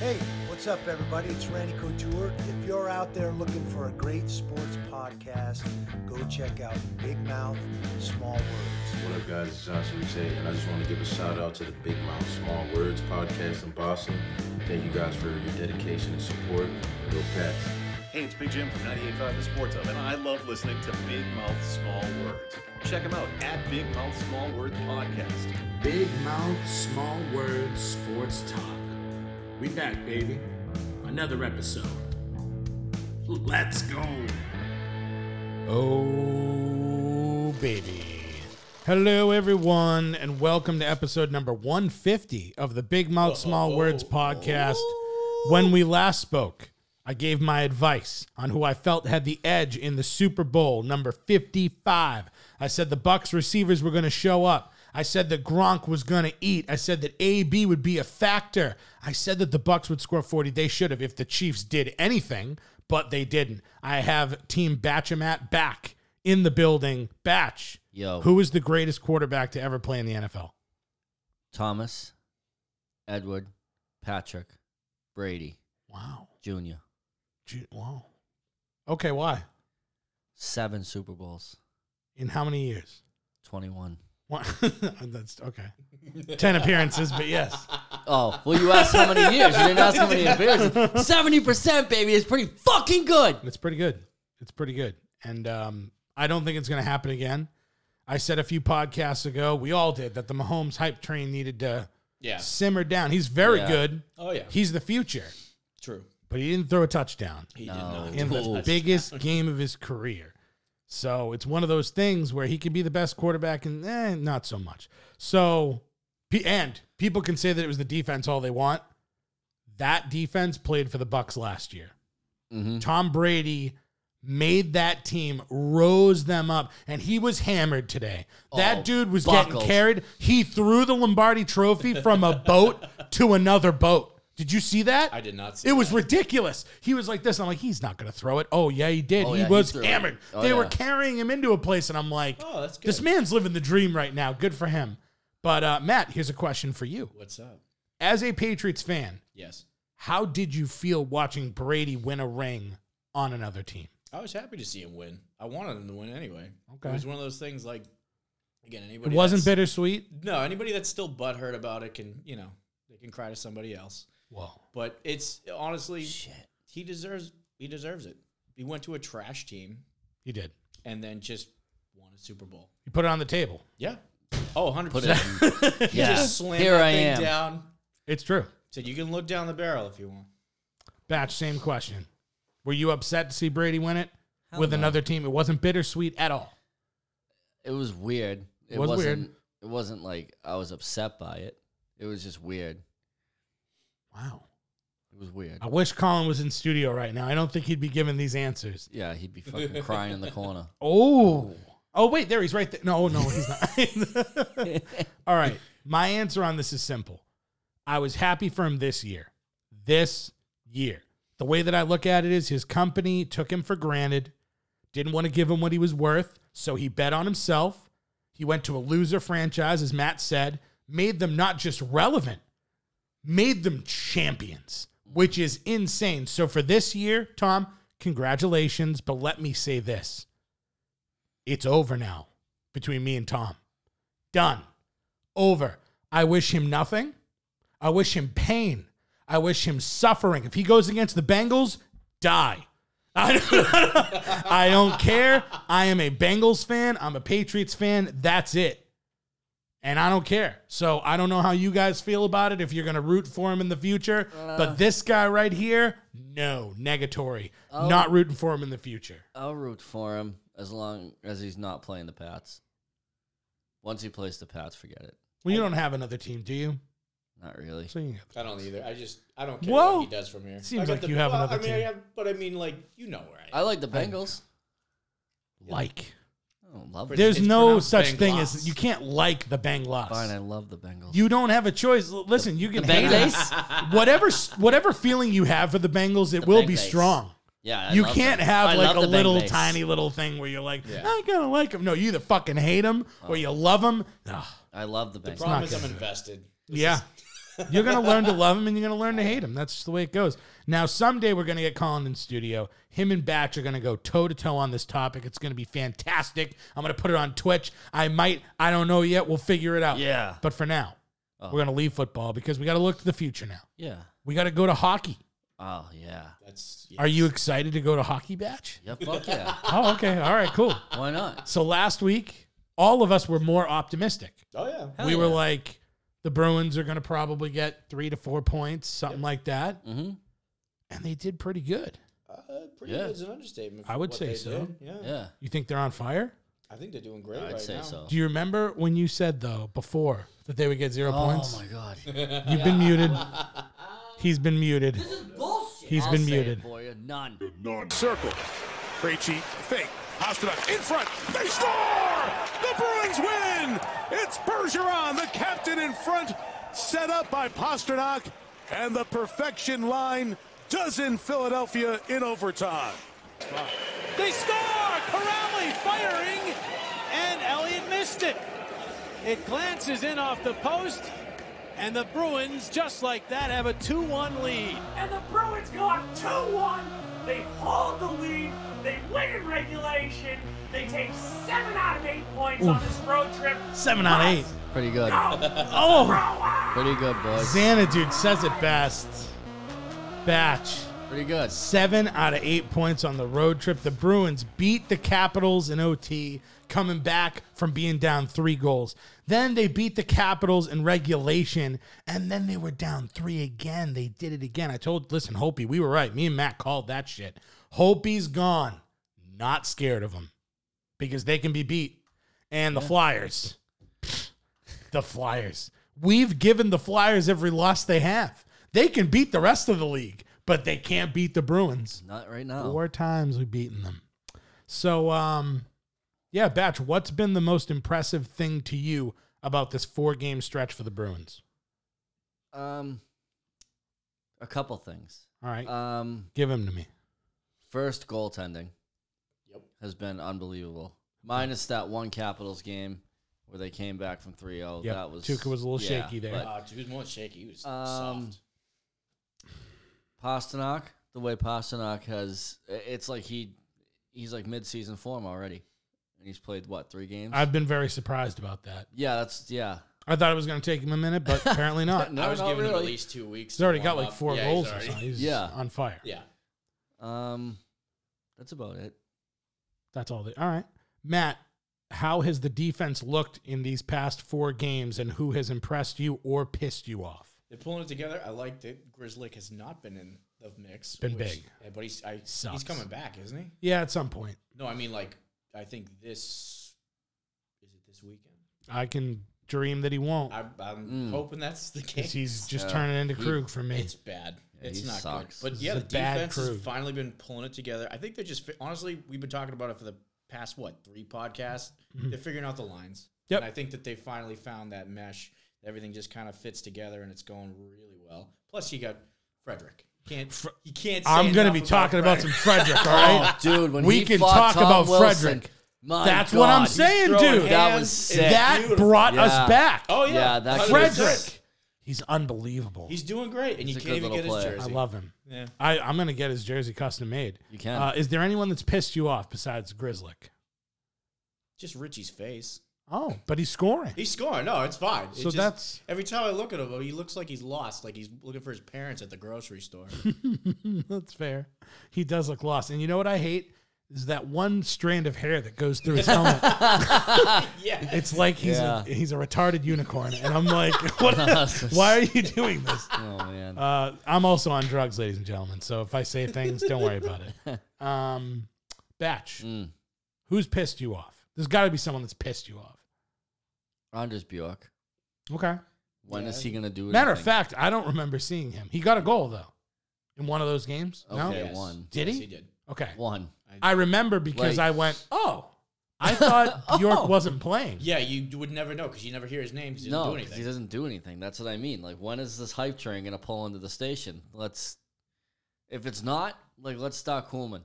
Hey, what's up, everybody? It's Randy Couture. If you're out there looking for a great sports podcast, go check out Big Mouth Small Words. What up, guys? It's Johnson Ruse, and I just want to give a shout out to the Big Mouth Small Words podcast in Boston. Thank you guys for your dedication and support. Go Pats. Hey, it's Big Jim from 98.5 The Sports Hub, and I love listening to Big Mouth Small Words. Check them out at Big Mouth Small Words Podcast. Big Mouth Small Words Sports Talk. We back, baby. Another episode. Let's go. Oh, baby. Hello, everyone, and welcome to episode number 150 of the Big Mouth Small Words podcast. When we last spoke, I gave my advice on who I felt had the edge in the Super Bowl number 55. I said the Bucks receivers were going to show up. I said that Gronk was going to eat. I said that AB would be a factor. I said that the Bucks would score 40. They should have if the Chiefs did anything, but they didn't. I have Team Batchamat back in the building. Batch, Yo. who is the greatest quarterback to ever play in the NFL? Thomas, Edward, Patrick, Brady, Wow. Jr. Gee, Wow. Okay, why? Seven Super Bowls, In how many years? 21. One. That's okay. Ten appearances, but yes. Oh, well, you asked how many years. You didn't ask how many appearances. 70%, baby, is pretty fucking good. It's pretty good. It's pretty good. And um, I don't think it's going to happen again. I said a few podcasts ago, we all did, that the Mahomes hype train needed to Yeah. simmer down. He's very Yeah. good. Oh yeah. He's the future, True. but he didn't throw a touchdown. He did not. in the biggest game of his career. So it's one of those things where he could be the best quarterback and eh, not so much. So, pe- and people can say that it was the defense all they want. That defense played for the Bucks last year. Tom Brady made that team, rose them up, and he was hammered today. that Oh, dude was buckles. getting carried. He threw the Lombardi Trophy from a boat to another boat. Did you see that? I did not see It was that. ridiculous. He was like this. I'm like, he's not going to throw it. Oh, yeah, he did. Oh, he yeah, he was threw it. hammered. Oh, they were yeah. carrying him into a place, and I'm like, Oh, that's good. this man's living the dream right now. Good for him. But, uh, Matt, here's a question for you. What's up? As a Patriots fan, Yes. how did you feel watching Brady win a ring on another team? I was happy to see him win. I wanted him to win anyway. Okay. It was one of those things like again It anybody wasn't that's- bittersweet. No, anybody that's still butthurt about it can, you know, they can cry to somebody else. Well, But it's honestly he deserves he deserves it. He went to a trash team he did. and then just won a Super Bowl. He put it on the table. Yeah. Oh, 100%. Put it in. He yeah. just slammed Here that I thing am. down. It's true. Said you can look down the barrel if you want. Batch, same question. Were you upset to see Brady win it Hell with no. another team? It wasn't bittersweet at all. It was weird. It Was was not weird. It wasn't like I was upset by it. It was just weird. Wow. It was weird. I wish Colin was in studio right now. I don't think he'd be giving these answers. Yeah, he'd be fucking crying in the corner. Oh. Oh, wait, there he's right there. No, no, he's not. All right. My answer on this is simple. I was happy for him this year. This year. The way that I look at it is his company took him for granted, didn't want to give him what he was worth, so he bet on himself. He went to a loser franchise, as Matt said, made them not just relevant, made them champions, which is insane. So for this year, Tom, congratulations. But let me say this it's over now between me and Tom. Done. Over. I wish him nothing. I wish him pain. I wish him suffering. If he goes against the Bengals, die. I don't, I don't care. I am a Bengals fan. I'm a Patriots fan. That's it and I don't care. So I don't know how you guys feel about it if you're going to root for him in the future, but this guy right here, no, negatory. Not rooting for him in the future. I'll root for him as long as he's not playing the Pats. Once he plays the Pats, forget it. Well, you don't have another team, do you? Not really. So you got I don't either. I just I don't care Whoa. what he does from here. Seems I got like you have well, another I mean, I team. have, but I mean, like you know where I I am. like the Bengals. like. I don't love There's it's no pronounced such bang thing loss. as you can't like the Bang Fine, I loss. love the Bengals. You don't have a choice. L- Listen, you can the hate Bengals? us. whatever whatever feeling you have for the Bengals, it will be Bengals. strong. yeah, I you love can't them. I have like love a the little Bengals. tiny little thing where you're like, Yeah. I kind of like him. No, you either Uh. fucking hate him or you love him. Ugh. I love the Bengals. Problem is, good. I'm invested. Yeah. You're going to learn to love him and you're going to learn to hate him. That's just the way it goes. Now, someday we're going to get Colin in studio. Him and Batch are going to go toe to toe on this topic. It's going to be fantastic. I'm going to put it on Twitch. I might, I don't know yet. We'll figure it out. Yeah. Oh. But for now, we're going to leave football because we got to look to the future now. Yeah. We got to go to hockey. Oh yeah. That's Are you excited to go to hockey, Batch? Yeah. Fuck yeah. Oh, okay. All right, cool. Why not? So last week, all of us were more optimistic. oh yeah. Hell we were yeah. like, the Bruins are going to probably get three to four points, something like that. Mm-hmm. And they did pretty good. Uh, pretty Yeah. good is an understatement. I for would what say they so. did. Yeah. Yeah. You think they're on fire? I think they're doing great I'd right say now. so. Do you remember when you said, though, before that they would get zero Oh points? my god. You've been muted. He's been muted. This is bullshit. He's I'll been say muted. It for you. None. Circle. Krejci, fake. House it up in front. They score! The Bruins win! It's Bergeron, the captain in front, set up by Pasternak, and the perfection line does in Philadelphia in overtime. They score! Corrali firing, and Elliott missed it. It glances in off the post, and the Bruins, just like that, have a 2 1 lead. and the Bruins go up 2 1. They hold the lead. They win in regulation. They take seven out of eight points on this road trip. Seven out of eight. Pretty good. Oh, Pretty good, boys. Xana, dude, says it best. Batch. Pretty good. Seven out of eight points on the road trip. The Bruins beat the Capitals in OT, coming back from being down three goals. Then they beat the Capitals in regulation, and then they were down three again. They did it again. I told, listen, Hopi, we were right. Me and Matt called that shit. Hopi's gone. Not scared of him because they can be beat. And the Flyers. The Flyers. We've given the Flyers every loss they have. They can beat the rest of the league, but they can't beat the Bruins. Not right now. Four times we've beaten them. So, um, yeah, Batch, what's been the most impressive thing to you about this four game stretch for the Bruins? Um, a couple things. All right, Uh, Um, give him to me. first goaltending. Has been unbelievable. Minus that one Capitals game where they came back from 3-0. Yep, That was Tuukka was a little yeah, shaky there. but Uh, he was more shaky. He was Um, soft. Pasternak, the way Pasternak has, i- it's like he, he's like mid-season form already, and he's played what three games? I've been very surprised about that. yeah, that's yeah. I thought it was going to take him a minute, but apparently not. No, I was not giving him at really. least two weeks. He's to already warm got like up. four Yeah, he's goals or already- something. He's Yeah. on fire. Yeah. Um, that's about it. That's all. They, all right, Matt. How has the defense looked in these past four games, and who has impressed you or pissed you off? They're pulling it together. I like that Grizzlick has not been in the mix. Been which- big. yeah, But he's I, Sucks. he's coming back, isn't he? Yeah, at some point, No, I mean like I think this is it this weekend. I can dream that he won't, I, I'm Mm. hoping that's the case. because he's just turning into Krug for me. It's bad. it's he not sucks. good. But This yeah, is the a bad defense has crew. finally been pulling it together. I think they're just fi- honestly, we've been talking about it for the past what three podcasts. They're figuring out the lines. Mm-hmm. Yep. And I think that they finally found that mesh. Everything just kind of fits together, and it's going really well. Plus, you got Frederick. Can't you can't? Say I'm going to enough be talking about some Frederick. Frederick. All right, Oh, Dude, when we he can fought talk Tom about Wilson, Frederick. my That's what I'm God. saying, throwing dude. hands. That was sick. That brought Yeah. us back. Oh yeah, Yeah, that's- Frederick, he's unbelievable. He's doing great, and He's you a can't good even little get his player. jersey. I love him. Yeah. I, I'm going to get his jersey custom made. You can. Uh, is there anyone that's pissed you off besides Grizzlick? just Richie's face. Oh, but he's scoring. He's scoring. No, it's fine. It So just- that's- every time I look at him, he looks like he's lost, like he's looking for his parents at the grocery store. That's fair. He does look lost. And you know what I hate is that one strand of hair that goes through his helmet. yeah, It's like he's Yeah. a, he's a retarded unicorn, and I'm like, what? Why are you doing this? Oh man. Uh, I'm also on drugs, ladies and gentlemen. So if I say things, don't worry about it. Um, Batch, Mm. who's pissed you off? There's got to be someone that's pissed you off. Anders Bjork. Okay. When is he gonna do it? Matter of fact, I don't remember seeing him. He got a goal though, in one of those games. No. Okay, one. Oh. Did Yes, he? He did. Okay. One. I remember because Like- I went, oh, I thought Bjork wasn't playing. Yeah, you would never know because you never hear his name. 'cause He doesn't No, do 'cause he anything. doesn't do anything. That's what I mean. Like, when is this hype train gonna pull into the station? Let's. If it's not, like, let's start Coolman.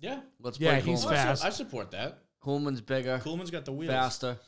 Yeah, Let's Yeah, play he's Coolman. fast. I, su- I support that. Coolman's bigger, Coolman's got the wheels. faster.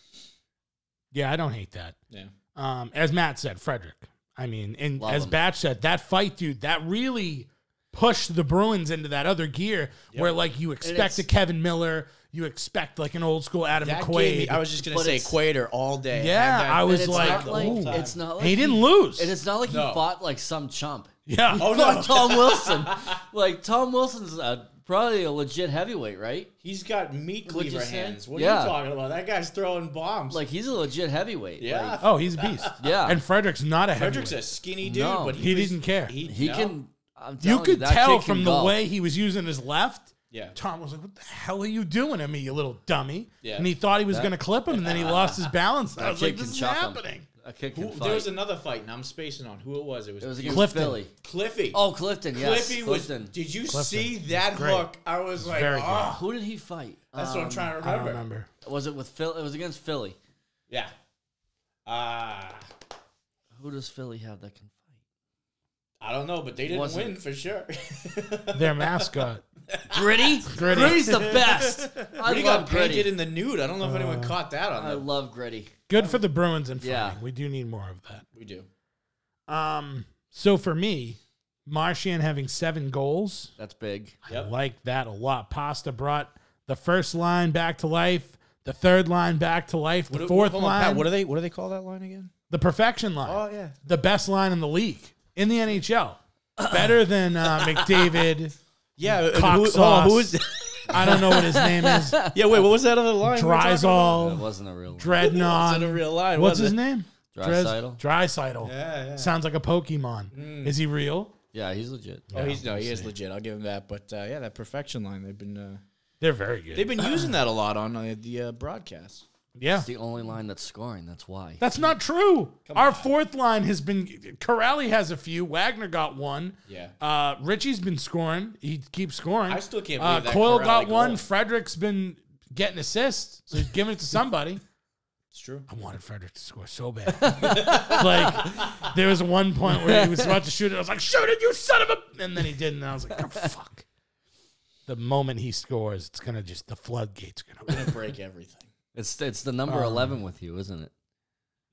Yeah, I don't hate that. Yeah, Um, as Matt said, Frederick. I I mean, and Love as 'em. Batch said, that fight, dude, that really pushed the Bruins into that other gear where like you expect it's- a Kevin Miller, you expect like an old school Adam That McQuaid. gave me, I was just gonna But say it's- Quater all day. Yeah, Have that- I And was it's like, not like, ooh. it's not like he didn't lose. And it's not like No. he fought like some chump. yeah. Oh no, Tom Wilson. Like Tom Wilson's uh, probably a legit heavyweight, right? He's got meat What'd you cleaver say? hands. What are Yeah. you talking about? That guy's throwing bombs. Like he's a legit heavyweight. yeah, Oh, he's a beast. Yeah. And Frederick's not a Frederick's heavyweight. a skinny dude, No. but he, He was- didn't care. Like, he no. can. I'm telling You could that tell kid can from the go. way he was using his left. Yeah. Tom was like, "What the hell are you doing to me, you little dummy?" Yeah. And he thought he was going to clip him, and then he lost his balance. I That was kid like, can "This is chop him. happening." That kid can Who, fight. there was another fight, and I'm spacing on who it was. It was, it was against Clifton. Philly. Cliffy. Oh, Clifton. Yes, Cliffy was. Clifton. Did you Clifton. see that great. hook? I was like, very good. oh, Who did he fight? that's what I'm Um, trying to I remember. don't remember. Was it with Phil? It was against Philly. Yeah. Ah, Who does Philly have that can fight? I don't know, but they didn't Wasn't- win for sure. Their mascot. Gritty. Gritty. Gritty's the best. I He love got painted Gritty. in the nude. I don't know if anyone caught that on I them. love Gritty. Good for the Bruins and fighting. Yeah. We do need more of that. We do. Um, so for me, Martian having seven goals, That's big. I Yep. like that a lot. Pasta brought the first line back to life, the third line back to life, the What- fourth hold on, line, Pat, what do they? What do they call that line again? the perfection line. Oh, yeah. the best line in the league in the NHL. Better than uh, McDavid. Yeah, Cock who, sauce. Oh, who is? I don't know what his name is. Yeah, wait, what was that other line? we were talking about? That Drysall, wasn't a real. one. Was that a Dreadnought. real line? What's wasn't his it? name? Draisaitl? Drysidle. Yeah, Mm. yeah. Sounds like a Pokemon. Is he real? Yeah, he's legit. Oh, he's no, he is legit. I'll give him that. But uh, yeah, that perfection line. They've been uh, They're very good. they've been using that a lot on uh, the uh, broadcast. yeah. It's the only line that's scoring. That's why. That's not true. Our fourth line has been Corrali has a few. Wagner got one. Yeah. Uh, Richie's been scoring. He keeps scoring. I still can't Uh, believe that Coyle Corrali got one. goal. Frederick's been getting assists, so he's giving it to somebody. It's true. I wanted Frederick to score so bad. like there was one point where he was about to shoot it. I was like, "Shoot it, you son of a!" And then he didn't. And I was like, oh, "Fuck!" The moment he scores, it's gonna just the floodgates gonna open. Gonna break everything. It's it's the number eleven with you, isn't it?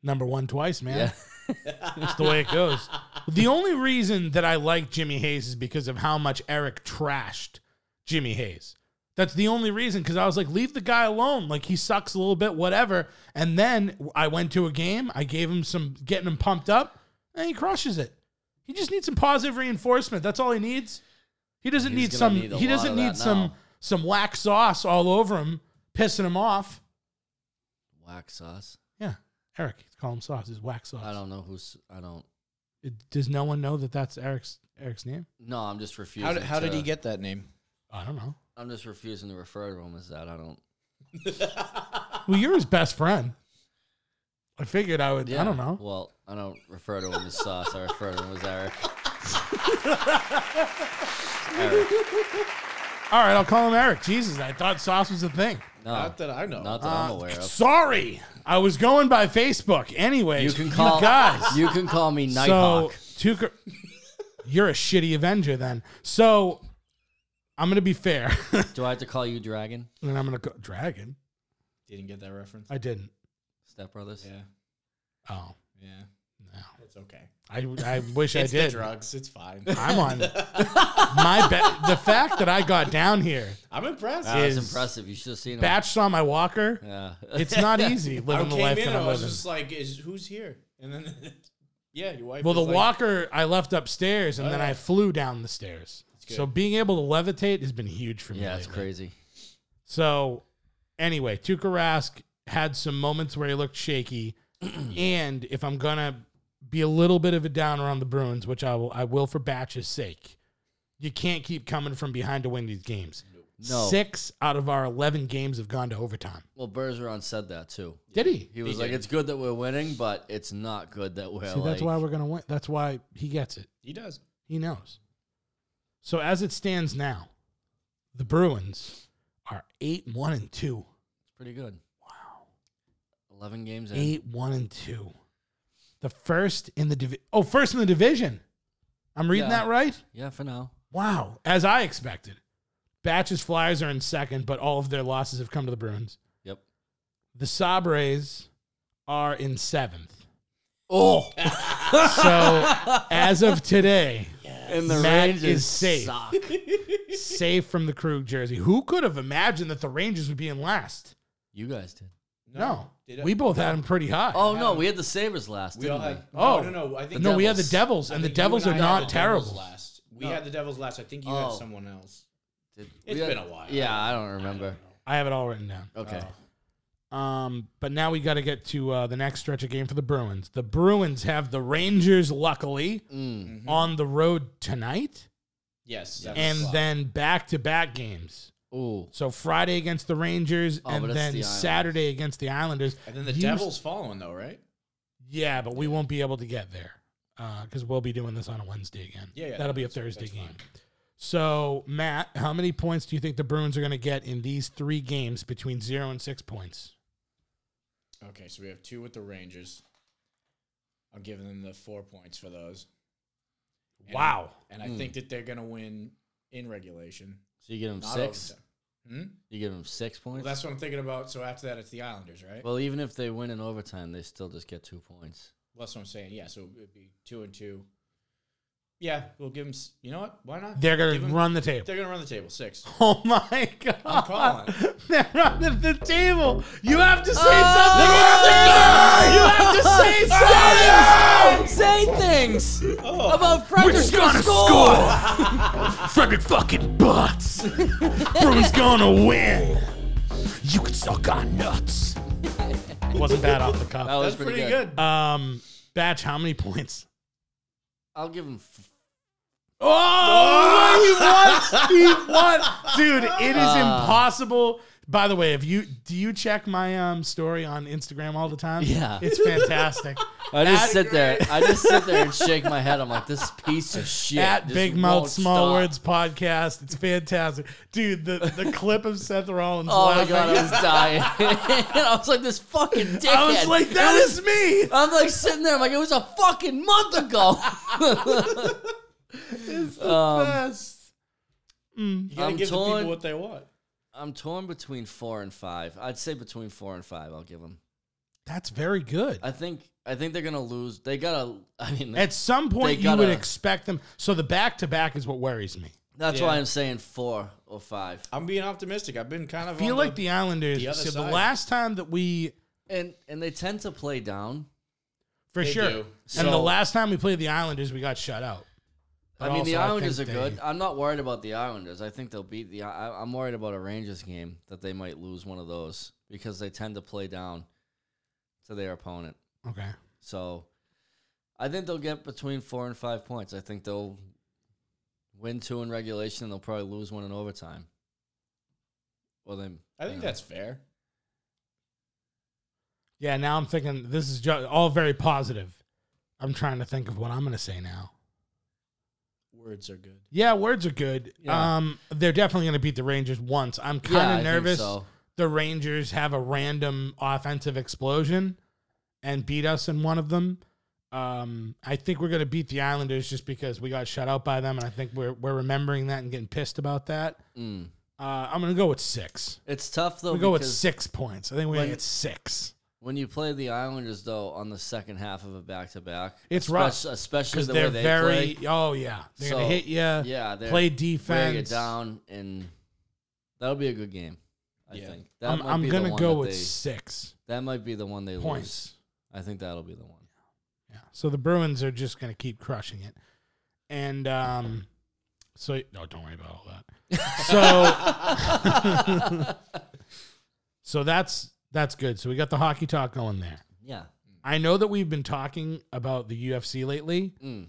number one twice, man. Yeah. That's the way it goes. The only reason that I like Jimmy Hayes is because of how much Eric trashed Jimmy Hayes. That's the only reason because I was like, leave the guy alone. Like he sucks a little bit, whatever. And then I went to a game. I gave him some, getting him pumped up, and he crushes it. He just needs some positive reinforcement. That's all he needs. He doesn't He's need gonna some. need a he lot doesn't of need that some now. some whack sauce all over him, pissing him off. Wax sauce. Yeah, Eric, call him sauce. Is whack sauce. I don't know who's. I don't. It- does no one know that that's Eric's Eric's name? No, I'm just refusing. How did, how did to- he get that name? I don't know. I'm just refusing to refer to him as that. I don't. Well, you're his best friend. I figured I would. I don't know. Well, I don't refer to him as sauce. I refer to him as Eric. Eric. All right, I'll call him Eric. Jesus, I thought sauce was a thing. No, Not that I know. not that I'm aware of. Sorry, I was going by Facebook. Anyway, You can call guys. You can call me so Nighthawk. two. gr- You're a shitty Avenger then. So I'm gonna be fair, Do I have to call you Dragon? and I'm gonna go dragon. Didn't get that reference. I didn't. Step Brothers. yeah, Oh, yeah. It's okay. I I wish It's I the did. drugs. It's fine. I'm on my bet. The fact that I got down here, I'm impressed. Wow, that's Is impressive. You should have seen him. Batch saw my walker. yeah. It's not easy I living the came life in that and I'm I was living. just like, is who's here? And then, yeah, your wife. Well, the was like, Oh, walker I left upstairs, and then I flew down the stairs. good. So being able to levitate has been huge for me. yeah, it's lately. crazy. So anyway, Tuukka Rask had some moments where he looked shaky, and if I'm gonna be a little bit of a downer on the Bruins, which I will, I will for Batch's sake, you can't keep coming from behind to win these games. No. Six out of our eleven games have gone to overtime. Well, Bergeron said that too. Did he? He was like, "It's good that we're winning, but it's not good that we're See, like." that's why we're gonna win. That's why he gets it. He does. He knows. So as it stands now, the Bruins are eight one and two. pretty good. Wow. Eleven games in. Eight one and two. The first in the divi- oh first in the division. I'm reading Yeah. that right. Yeah, for now. Wow, as I expected. Batch's Flyers are in second, but all of their losses have come to the Bruins. Yep. The Sabres are in seventh. Oh. so as of today, And the Matt Rangers is safe. suck. safe from the Krug jersey. Who could have imagined that the Rangers would be in last? You guys did. No. Did I- we both had them pretty high. Oh no, we had the Sabres last. We didn't all had. Oh. no, no, no. I think no, we had the Devils. Devils, I and the think you Devils and are I had not the Devils terrible. Last. We had the Devils last. I think you had Oh. someone else. we? Did- It's we had- been a while. Yeah, I don't remember. I have it all written down. Okay. Oh. Um, but now we got to get to uh, the next stretch of game for the Bruins. The Bruins have the Rangers, luckily, Mm. Mm-hmm. on the road tonight, Yes. seven and o'clock. then back to back games. Ooh. So Friday against the Rangers, Oh, and but it's then the Islanders. Saturday against the Islanders. and then the You- Devils following though, right? Yeah, but we won't be able to get there because we'll be doing this on a Wednesday again. Yeah, yeah, that'll be a Thursday game. So Matt, how many points do you think the Bruins are going to get in these three games between zero and six points? Okay, so we have two with the Rangers. I'll give them the four points for those. And- Wow. And I Hmm. think that they're going to win in regulation. So you give them not six. overtime. Hmm? You give them six Well, points. that's what I'm thinking about. So after that, it's the Islanders, right? Well, well, even if they win in overtime, they still just get two points. that's what I'm saying. Yeah, so it'd be two and two. Yeah, we'll give them. You know what? Why not? They're going Give to 'em- run the table. They're going to run the table six. Oh my god! I'm calling. They're under the table. You have to say Oh! something. You have to say something. Say things about Frederick's Frederick fucking butts. Bruins gonna win. You can suck on nuts. Wasn't that off the That cuff? was That's pretty, good. Um, Batch, how many points? I'll give them. F- Oh, he won! He won, dude. It is Ah. impossible. By the way, if you do you check my um story on Instagram all the time? Yeah. it's fantastic. I just At- sit there. I just sit there and shake my head. I'm like, this piece of shit. At just Big Mouth won't Small stop. Words podcast, it's fantastic, dude. The the clip of Seth Rollins Oh my laughing. god, I was dying. and I was like, this fucking dickhead. I was like, that It was- is me. I'm like sitting there. I'm like, it was a fucking month ago. um, Yes. You got to I'm give the torn. people what they want. I'm torn between four and five. I'd say between four and five. I'll give them. That's very good. I think. I think they're gonna lose. They gotta. I mean, At some point, They you would gotta- expect them. So the back to back is what worries me. that's Yeah. why I'm saying four or five. I'm being optimistic. I've been kind of I feel on like the Islanders. the other so the side. last time that we And and they tend to play down. For They sure. do. And the So- last time we played the Islanders, we got shut out. But I mean, the also, I Islanders are think good. they- I'm not worried about the Islanders. I think they'll beat the. I, I'm worried about a Rangers game that they might lose one of those because they tend to play down to their opponent. Okay. So I think they'll get between four and five points. I think they'll win two in regulation and they'll probably lose one in overtime. Well, then I think that's fair. Yeah, now I'm thinking this is ju- all very positive. I'm trying to think of what I'm going to say now. Words are good. Yeah, words are good. Um, they're definitely going to beat the Rangers once. I'm Yeah, kind I of think nervous so. the Rangers have a random offensive explosion and beat us in one of them. Um, I think we're going to beat the Islanders just because we got shut out by them, and I think we're we're remembering that and getting pissed about that. Mm. Uh, I'm going to go with six. It's tough though We go with because six points. I think we're gonna Like- get six when you play the Islanders though on the second half of a back to back, It's rough, especially because the they're way they very. play. Oh yeah, they're gonna So, hit you. Yeah, they're play wearing it defense. down, and that'll be a good game. I Yeah. think that I'm, might I'm be the gonna one go that with they- six that might be the one they points. lose. I think that'll be the one. Yeah. So the Bruins are just gonna keep crushing it, and um, so no, don't worry about all that. So, so that's that's good. So we got the hockey talk going there. Yeah. I know that we've been talking about the UFC lately. Mm.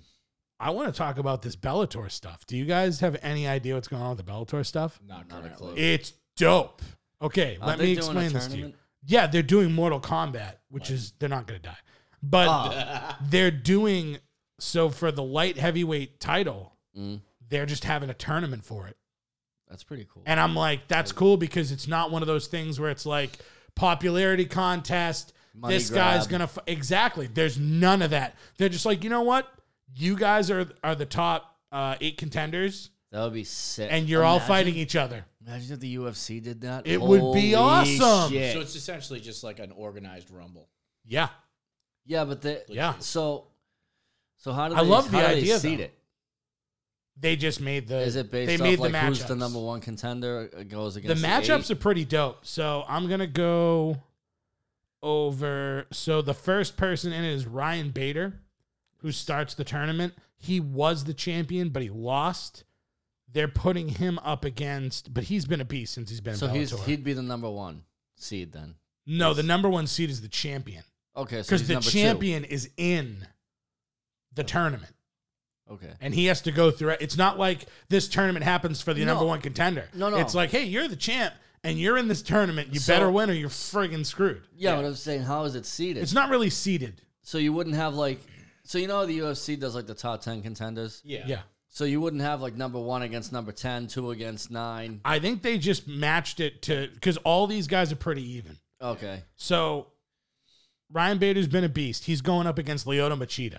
I want to talk about this Bellator stuff. Do you guys have any idea what's going on with the Bellator stuff? Not, Not a currently. clue. It's dope. Okay, Aren't let they me doing a explain this to you. tournament? Yeah, they're doing Mortal Kombat, which is they're not going to die, but Ah. they're doing so for the light heavyweight title. Mm. They're just having a tournament for it, That's pretty cool. and I'm like, that's cool because it's not one of those things where it's like popularity contest. Money this guy's grab. gonna f- exactly. There's none of that. They're just like, you know what? You guys are are the top uh, eight contenders, That would be sick. and you're all Imagine- fighting each other. Imagine if the UFC did that. It would be Holy awesome. shit. So it's essentially just like an organized rumble. Yeah. Yeah, but they. Yeah. So, so how do they, I love how the do they idea, seed though. it? They just made the. Is it based they off made like the who's matchups. the number one contender uh, goes The against? matchups are pretty dope. So I'm gonna go over. So the first person in it is Ryan Bader, who starts the tournament. He was the champion, but he lost. They're putting him up against, but he's been a beast since he's been. So in he's Bellator. he'd be the number one seed then. no, the number one seed is the champion Okay, so because he's the number champion is in the tournament. Two. Okay. and he has to go through it. It's not like this tournament happens for the No. number one contender. No, no. It's like, hey, you're the champ and you're in this tournament. You So- better win or you're friggin' screwed. Yeah, but I'm saying how is it seeded? It's not really seeded. so you wouldn't have like. So you know how the UFC does like the top ten contenders. Yeah. Yeah. So you wouldn't have like number one against number ten, two against nine. I think they just matched it to because all these guys are pretty even. Okay. So Ryan Bader's been a beast. He's going up against Leota Machida.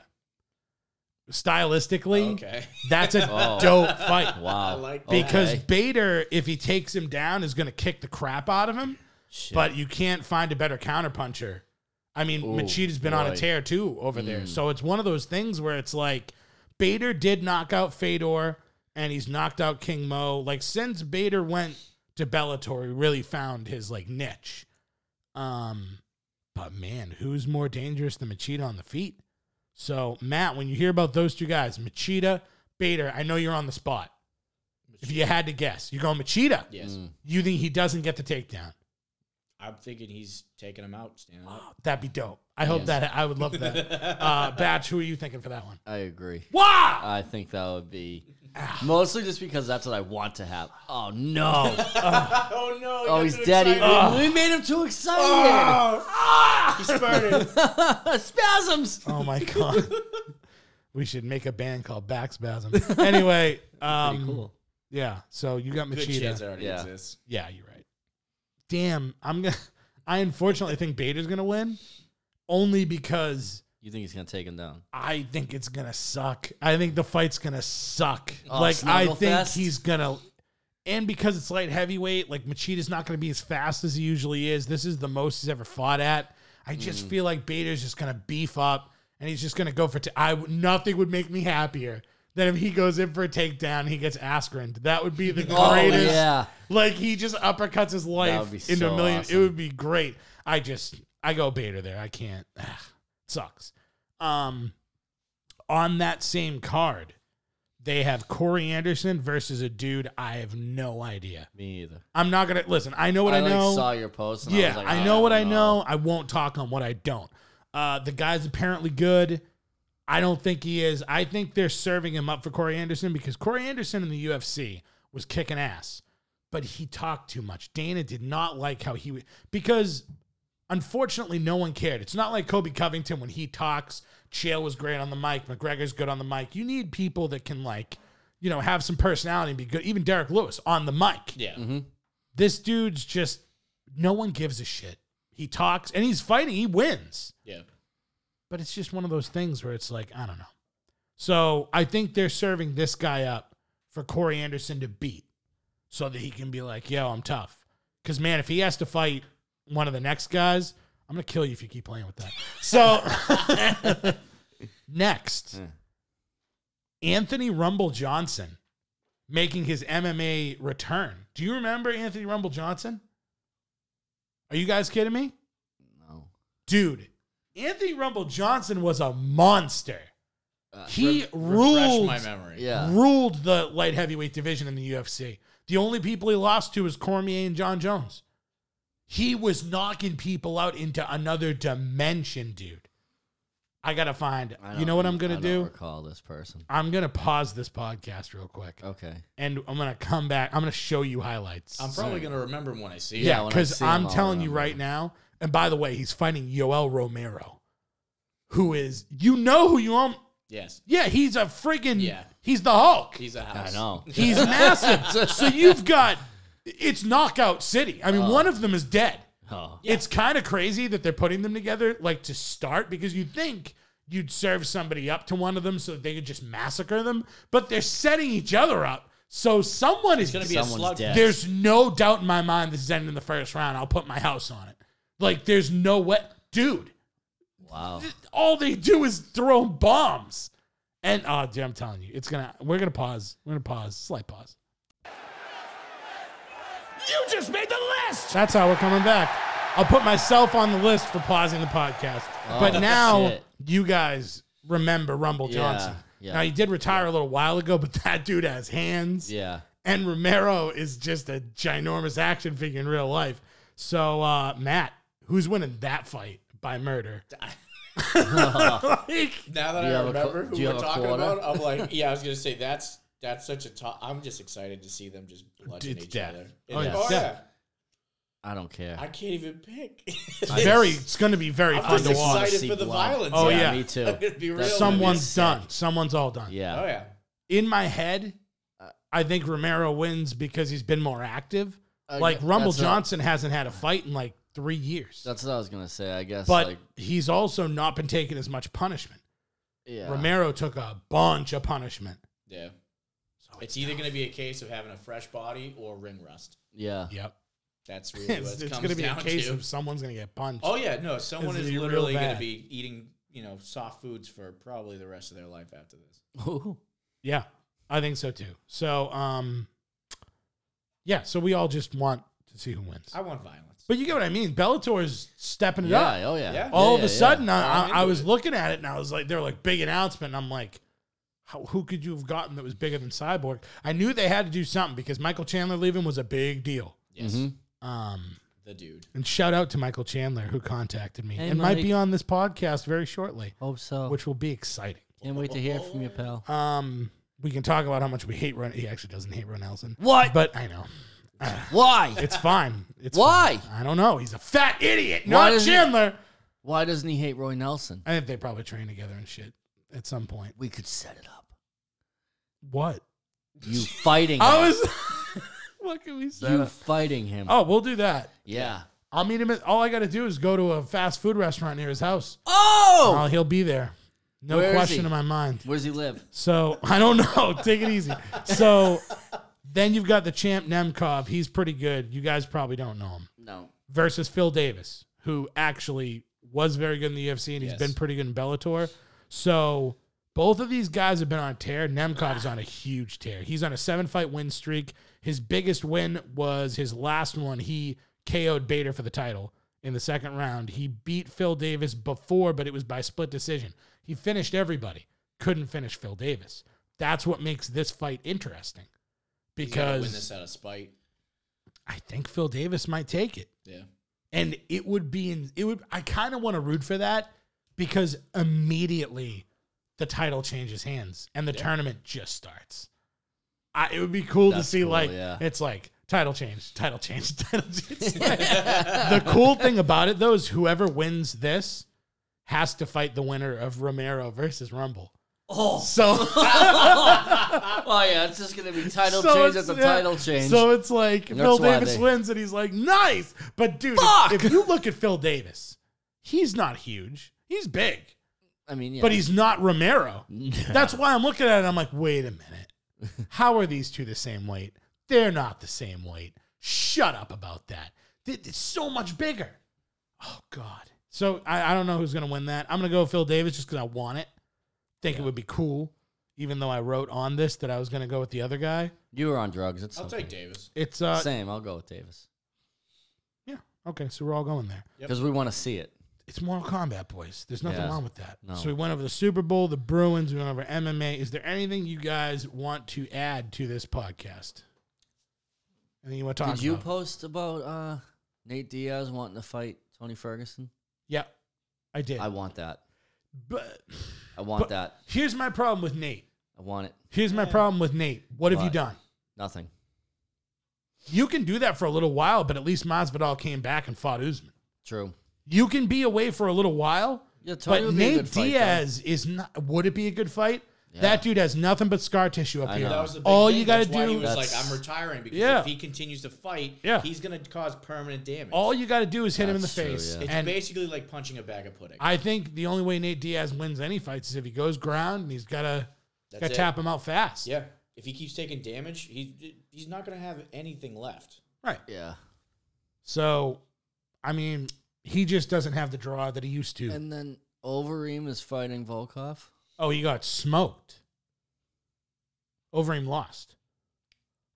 Stylistically, Okay. that's a Oh. dope fight. Wow. like that. Because Okay. Bader, if he takes him down, is going to kick the crap out of him. Shit. But you can't find a better counterpuncher. I mean, Ooh, Machida's been on a boy. Mm. tear too over there. So it's one of those things where it's like Bader did knock out Fedor and he's knocked out King Mo. Like since Bader went to Bellator, he really found his like niche. Um, but man, who's more dangerous than Machida on the feet? So Matt, when you hear about those two guys, Machida, Bader, I know you're on the spot. If you had to guess, you're going Machida. Yes. You think he doesn't get the takedown? I'm thinking he's taking him out, standing up. That'd be dope. I hope that I would love that. uh, Batch, who are you thinking for that one? I agree. Wow! I think that would be mostly just because that's what I want to have. Oh no! Oh no! oh, he's dead. He- we made him too excited. He's burning. Spasms. Oh my god. we should make a band called Back Spasm. Anyway, um, cool. yeah. So you got Good chance it Machida. already Yeah. exists. Yeah, you're right. Damn, I'm gonna. I unfortunately think Bader's gonna win, only because You think he's gonna take him down? I think it's gonna suck. I think the fight's gonna suck. Oh, like I Snugglefest? think he's gonna, and because it's light heavyweight, like Machida's not gonna be as fast as he usually is. This is the most he's ever fought at. I just Mm. feel like Bader's just gonna beef up, and he's just gonna go for. T- I w- nothing would make me happier than if he goes in for a takedown. and He gets Askren. That would be the greatest. Oh yeah. Like he just uppercuts his life would be into a so million. awesome. It would be great. I just I go Bader there. I can't. Ugh, sucks. Um, on that same card, they have Corey Anderson versus a dude I have no idea. Me either. I'm not gonna listen. I know what I, like, know. saw your post. And I yeah, was like, "Oh, I know what I don't know. I won't talk on what I don't. Uh, the guy's apparently good. I don't think he is. I think they're serving him up for Corey Anderson because Corey Anderson in the UFC was kicking ass, but he talked too much. Dana did not like how he because unfortunately no one cared. It's not like Kobe Covington when he talks. Chael was great on the mic. McGregor's good on the mic. You need people that can like, you know, have some personality and be good. Even Derek Lewis on the mic Yeah. this dude's just no one gives a shit. He talks and he's fighting, he wins. Yeah. But it's just one of those things where it's like, I don't know. So I think they're serving this guy up for Corey Anderson to beat so that he can be like, yo, I'm tough. Because, man, if he has to fight one of the next guys, I'm going to kill you if you keep playing with that. So next, Anthony Rumble Johnson making his MMA return. Do you remember Anthony Rumble Johnson? Are you guys kidding me? know. Dude, Anthony Rumble Johnson was a monster. Uh, he Refresh ruled my memory. Yeah. ruled the light heavyweight division in the UFC. The only people he lost to was Cormier and John Jones. He was knocking people out into another dimension, dude. I gotta find. I You don't- know what I'm I gonna don't do? Recall this person. I'm gonna pause this podcast real quick, Okay. and I'm gonna come back. I'm gonna show you highlights. I'm probably gonna remember him when I see yeah, him. when I because see him, I'm I'll telling you remember. right now. And by the way, he's fighting Yoel Romero, who is you know who you are. Yes. Yeah, he's a friggin' Yeah. He's the Hulk. He's a I house. know. He's massive. so you've got it's knockout city. I mean, one of them is dead. Oh. It's kind of crazy that they're putting them together like to start because you'd think you'd serve somebody up to one of them so that they could just massacre them, but they're setting each other up. So someone is It's gonna be Someone's a slug. dead. there's no doubt in my mind this is ending the first round. I'll put my house on it. Like there's no way, dude. Wow. all they do is throw bombs. And oh, dude, I'm telling you, it's gonna. We're gonna pause. We're gonna pause. Slight pause. You just made the list! That's how we're coming back. I'll put myself on the list for pausing the podcast. but now Oh, shit. you guys remember Rumble Yeah, Johnson. yeah. Now he did retire a little while ago, but that dude has hands. Yeah. And Romero is just a ginormous action figure in real life. So uh, Matt, who's winning that fight by murder? Like, Now that Do you I have a qu- remember do who you we're have a talking quarter? about, I'm like, yeah, I was gonna say that's that's such a top. I'm just excited to see them just bludgeon It's each death. other. Oh, It's- yeah, it's death. I don't care. I can't even pick. it's very. It's going to be very I'm fun just to watch. excited. See for the blood. violence. Oh, yeah. Me too. I'm gonna be real. That's- Someone's done. Someone's all done. Yeah. Oh yeah. in my head, I think Romero wins because he's been more active. I Uh, like gu- Rumble that's a- Johnson hasn't had a fight in like three years, That's what I was gonna say. I guess. but like, he's also not been taking as much punishment. yeah. Romero took a bunch of punishment. Yeah. it's either going to be a case of having a fresh body or ring rust. yeah. Yep, That's really it's, what it it's comes going to be a down case to. of someone's going to get punched. oh yeah, no, someone It's gonna is be real literally going bad. to be eating, you know, soft foods for probably the rest of their life after this. Yeah, I think so too. So, um, yeah, so we all just want to see who wins. I want violence. But you get what I mean. Bellator's stepping it up. yeah. Oh yeah. Yeah. all Yeah, of yeah, a sudden I'm I, I, I into was it. looking at it and I was like, they're like big announcement. And I'm like, how, who could you have gotten that was bigger than Cyborg? I knew they had to do something because Michael Chandler leaving was a big deal. Yes, Mm-hmm. Um, the dude. and shout out to Michael Chandler who contacted me Hey, and might be Mike. on this podcast very shortly, Hope so. which will be exciting. Can't wait to hear from you, pal. Um, we can talk about how much we hate Ron. He actually doesn't hate Ron Nelson, What? but I know Why? it's fine. It's Why? fine. I don't know. He's a fat idiot, Why not does he- Chandler. Why doesn't he hate Roy Nelson? I think they probably train together and shit at some point. We could set it up. What? You fighting? I him. was. what can we say? You fighting him? Oh, we'll do that. yeah. I'll meet him. At, all I got to do is go to a fast food restaurant near his house. Oh. Uh, he'll be there. No Where is question he? in my mind. Where does he live? So I don't know. Take it easy. So then you've got the champ Nemkov. He's pretty good. You guys probably don't know him. No. Versus Phil Davis, who actually was very good in the UFC and he's Yes. been pretty good in Bellator. So both of these guys have been on a tear. Nemkov's on a huge tear. He's on a seven fight win streak. His biggest win was his last one. He KO'd Bader for the title in the second round. He beat Phil Davis before, but it was by split decision. He finished everybody, couldn't finish Phil Davis. That's what makes this fight interesting He's gotta win because this out of spite. I think Phil Davis might take it Yeah, and it would be in it would i kind of want to root for that because immediately the title changes hands and the tournament just starts I, it would be cool to That's see cool, like yeah. it's like title change title change title change It's like- the cool thing about it though is whoever wins this has to fight the winner of romero versus rumble oh so Oh yeah, it's just gonna be title So change it's- at the yeah. title change. So it's like And Phil that's why Davis they- wins, and he's like, "Nice." But dude, if- Fuck! if you look at Phil Davis, he's not huge. He's big, I mean, yeah. but he's not Romero. That's why I'm looking at it. and I'm like, wait a minute. How are these two the same weight? They're not the same weight. Shut up about that. Th- It's so much bigger. Oh God. So I, I don't know who's gonna win that. I'm gonna go Phil Davis just because I want it. Think it would be cool, even though I wrote on this that I was gonna go with the other guy. you were on drugs. It's I'll okay. take Davis. It's uh, Same. I'll go with Davis Yeah. Okay. So we're all going there. because we want to see it. It's Mortal Kombat, boys. There's nothing Yeah. wrong with that. No. So we went over the Super Bowl, the Bruins. We went over MMA. Is there anything you guys want to add to this podcast? Anything you want to talk Did you about? post about uh, Nate Diaz wanting to fight Tony Ferguson? yeah, I did. I want that. but I want But- that. here's my problem with Nate. I want it. Here's my problem with Nate. What have you What? done? Nothing. You can do that for a little while, but at least Masvidal came back and fought Usman. True. You can be away for a little while, Yeah, Tony but would be a Nate good fight, though. Diaz is not. Would it be a good fight? Yeah. That dude has nothing but scar tissue up I here. know. That was the big All thing. you got to That's why He do, was That's- like, I'm retiring because Yeah. if he continues to fight, Yeah. he's going to cause permanent damage. all you got to do is hit him in the That's true, face. yeah. it's And basically like punching a bag of pudding. I think the only way Nate Diaz wins any fights is if he goes ground and he's got to That's got to it. tap him out fast. Yeah. If he keeps taking damage, he he's not going to have anything left. Right. Yeah. So, I mean, he just doesn't have the draw that he used to. And then Overeem is fighting Volkov. Oh, he got smoked. Overeem lost.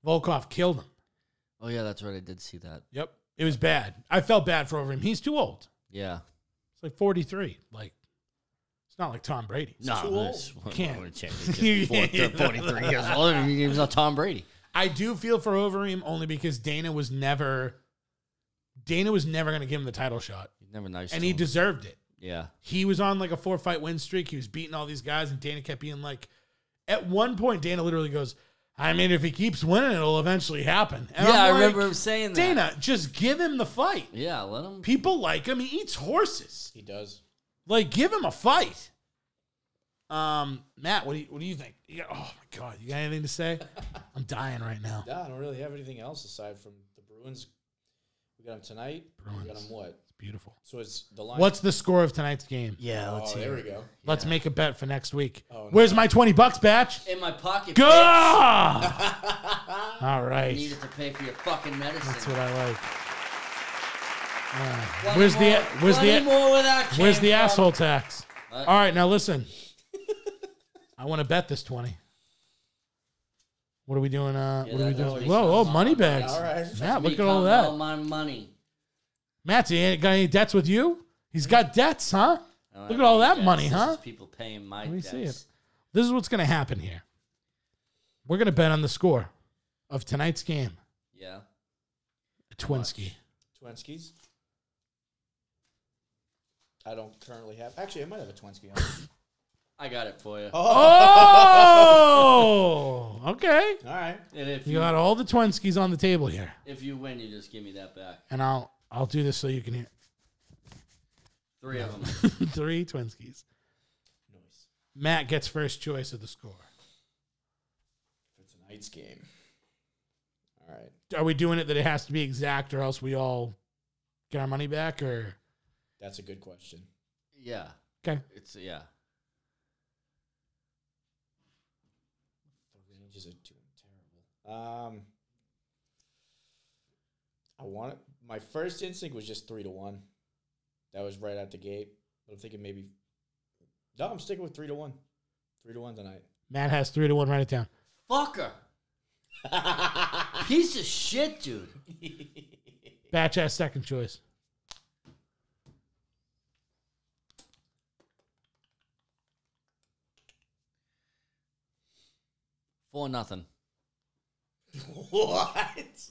Volkov killed him. Oh yeah, that's right. I did see that. Yep. It was bad. I felt bad for Overeem. He's too old. Yeah. It's like 43. Like, it's not like Tom Brady. No, Too that's old. Can't. World championship. Four- Yeah. Forty-three years old. and He was not Tom Brady. I do feel for Overeem only because Dana was never, Dana was never going to give him the title shot, He's never nice. and to he him. deserved it. Yeah. He was on like a four fight win streak. He was beating all these guys, and Dana kept being like, at one point, Dana literally goes, "I mean, if he keeps winning, it'll eventually happen." And yeah, I'm I like, remember him saying that. Dana, just give him the fight. Yeah, let him. People like him. He eats horses. He does. Like, give him a fight. Um, Matt, what do you what do you think? You got, oh my god, you got anything to say? I'm dying right now. Yeah, I don't really have anything else aside from the Bruins. We got them tonight. We got Bruins. them what? Beautiful. So it's the line. What's the score of tonight's game? Yeah, Oh, there we go. Let's make a bet for next week. Oh, no. Where's my twenty bucks, batch? In my pocket. Go! bitch. All right, Needed to pay for your fucking medicine. that's what I like. Uh, Plenty where's more- the where's plenty the more where that where's came the from. asshole tax? Uh, All right, now listen. I want to bet this twenty. What are we doing? Uh, Yeah, what are we that- that's doing? what Whoa, he oh, said. money bags. All right. Matt, Me look at all count that. All my money. Matt, you ain't got any debts with you? He's got debts, huh? I don't Look have at all any that debts. money, This huh? is people paying my Let me debts. see it. This is what's going to happen here. We're going to bet on the score of tonight's game. Yeah. Twinsky. Twinskies. I don't currently have. Actually, I might have a Twinsky. on. I got it for you. Oh, okay. All right. And if You you, got all the Twinskies on the table here, if you win, you just give me that back. and I'll I'll do this so you can hear Three of them. three Twinskies. Noise Matt gets first choice of the score. for tonight's game. All right. Are we doing it that it has to be exact, or else we all get our money back? Or That's a good question. Yeah. okay, It's yeah. The ranges are doing terrible. Um, I want it. My first instinct was just three to one. That was right out the gate. But I'm thinking maybe. No, I'm sticking with three to one. Three to one tonight. Matt has three to one. Write it down. Fucker. Piece of shit, dude. Batch has second choice. Four nothing. what?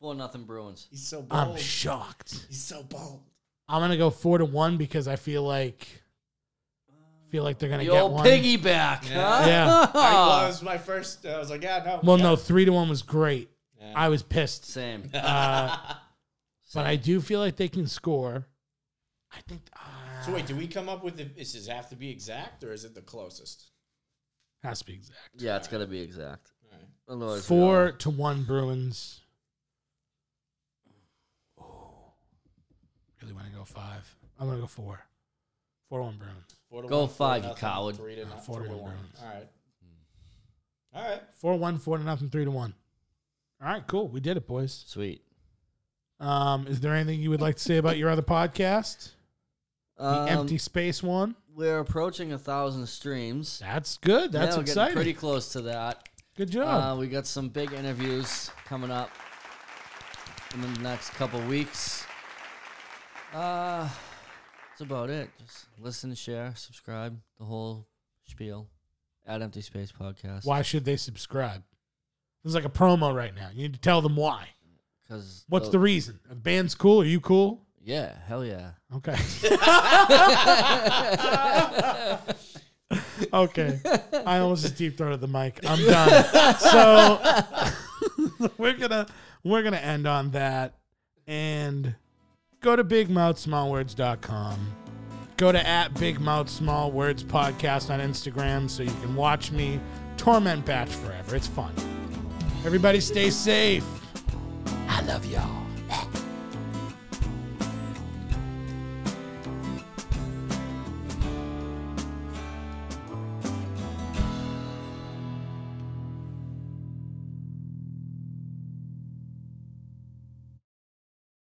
Four nothing Bruins. He's so I'm bold. shocked. He's so bold. I'm gonna go four to one because I feel like feel like they're gonna The get old one. piggyback. Huh? Yeah. I, well, that was my first. uh, I was like, yeah, no. Ah. Well, yeah. no, three to one was great. Yeah. I was pissed, Same. uh, but I do feel like they can score. I think. Uh, So wait, do we come up with if this? Does it have to be exact, or is it the closest? has to be exact. Yeah, it's gotta be exact. All right. Otherwise, we Four to one Bruins. Oh, really want to go five? I'm gonna go four. Four to one Bruins. Four to Go one, four five, to you nothing, coward. Three to, Uh, no- four to three to one Hmm. one. Bruins. All right. All right. Four to one, four to nothing, three to one. All right, cool. We did it, boys. don't- Sweet. Um, is there anything you would like to say about your other podcast? The Um, empty space one. We're approaching a thousand streams. That's good. That's Yeah, we're getting exciting. Pretty close to that. good Uh, job. we got some big interviews coming up in the next couple weeks. Uh, that's about it. Just listen, share, subscribe, the whole spiel at Empty Space Podcast. why should they subscribe? This is like a promo right now. You need to tell them why. Because What's the reason? Are the band's cool. Are you cool? yeah? Hell yeah! Okay. okay. I almost just deep throated the mic. I'm done. So we're gonna we're gonna end on that and go to bigmouthsmallwords.com. Go to at Big Mouth Small Words Podcast on Instagram so you can watch me torment Batch forever. It's fun. Everybody stay safe. I love y'all.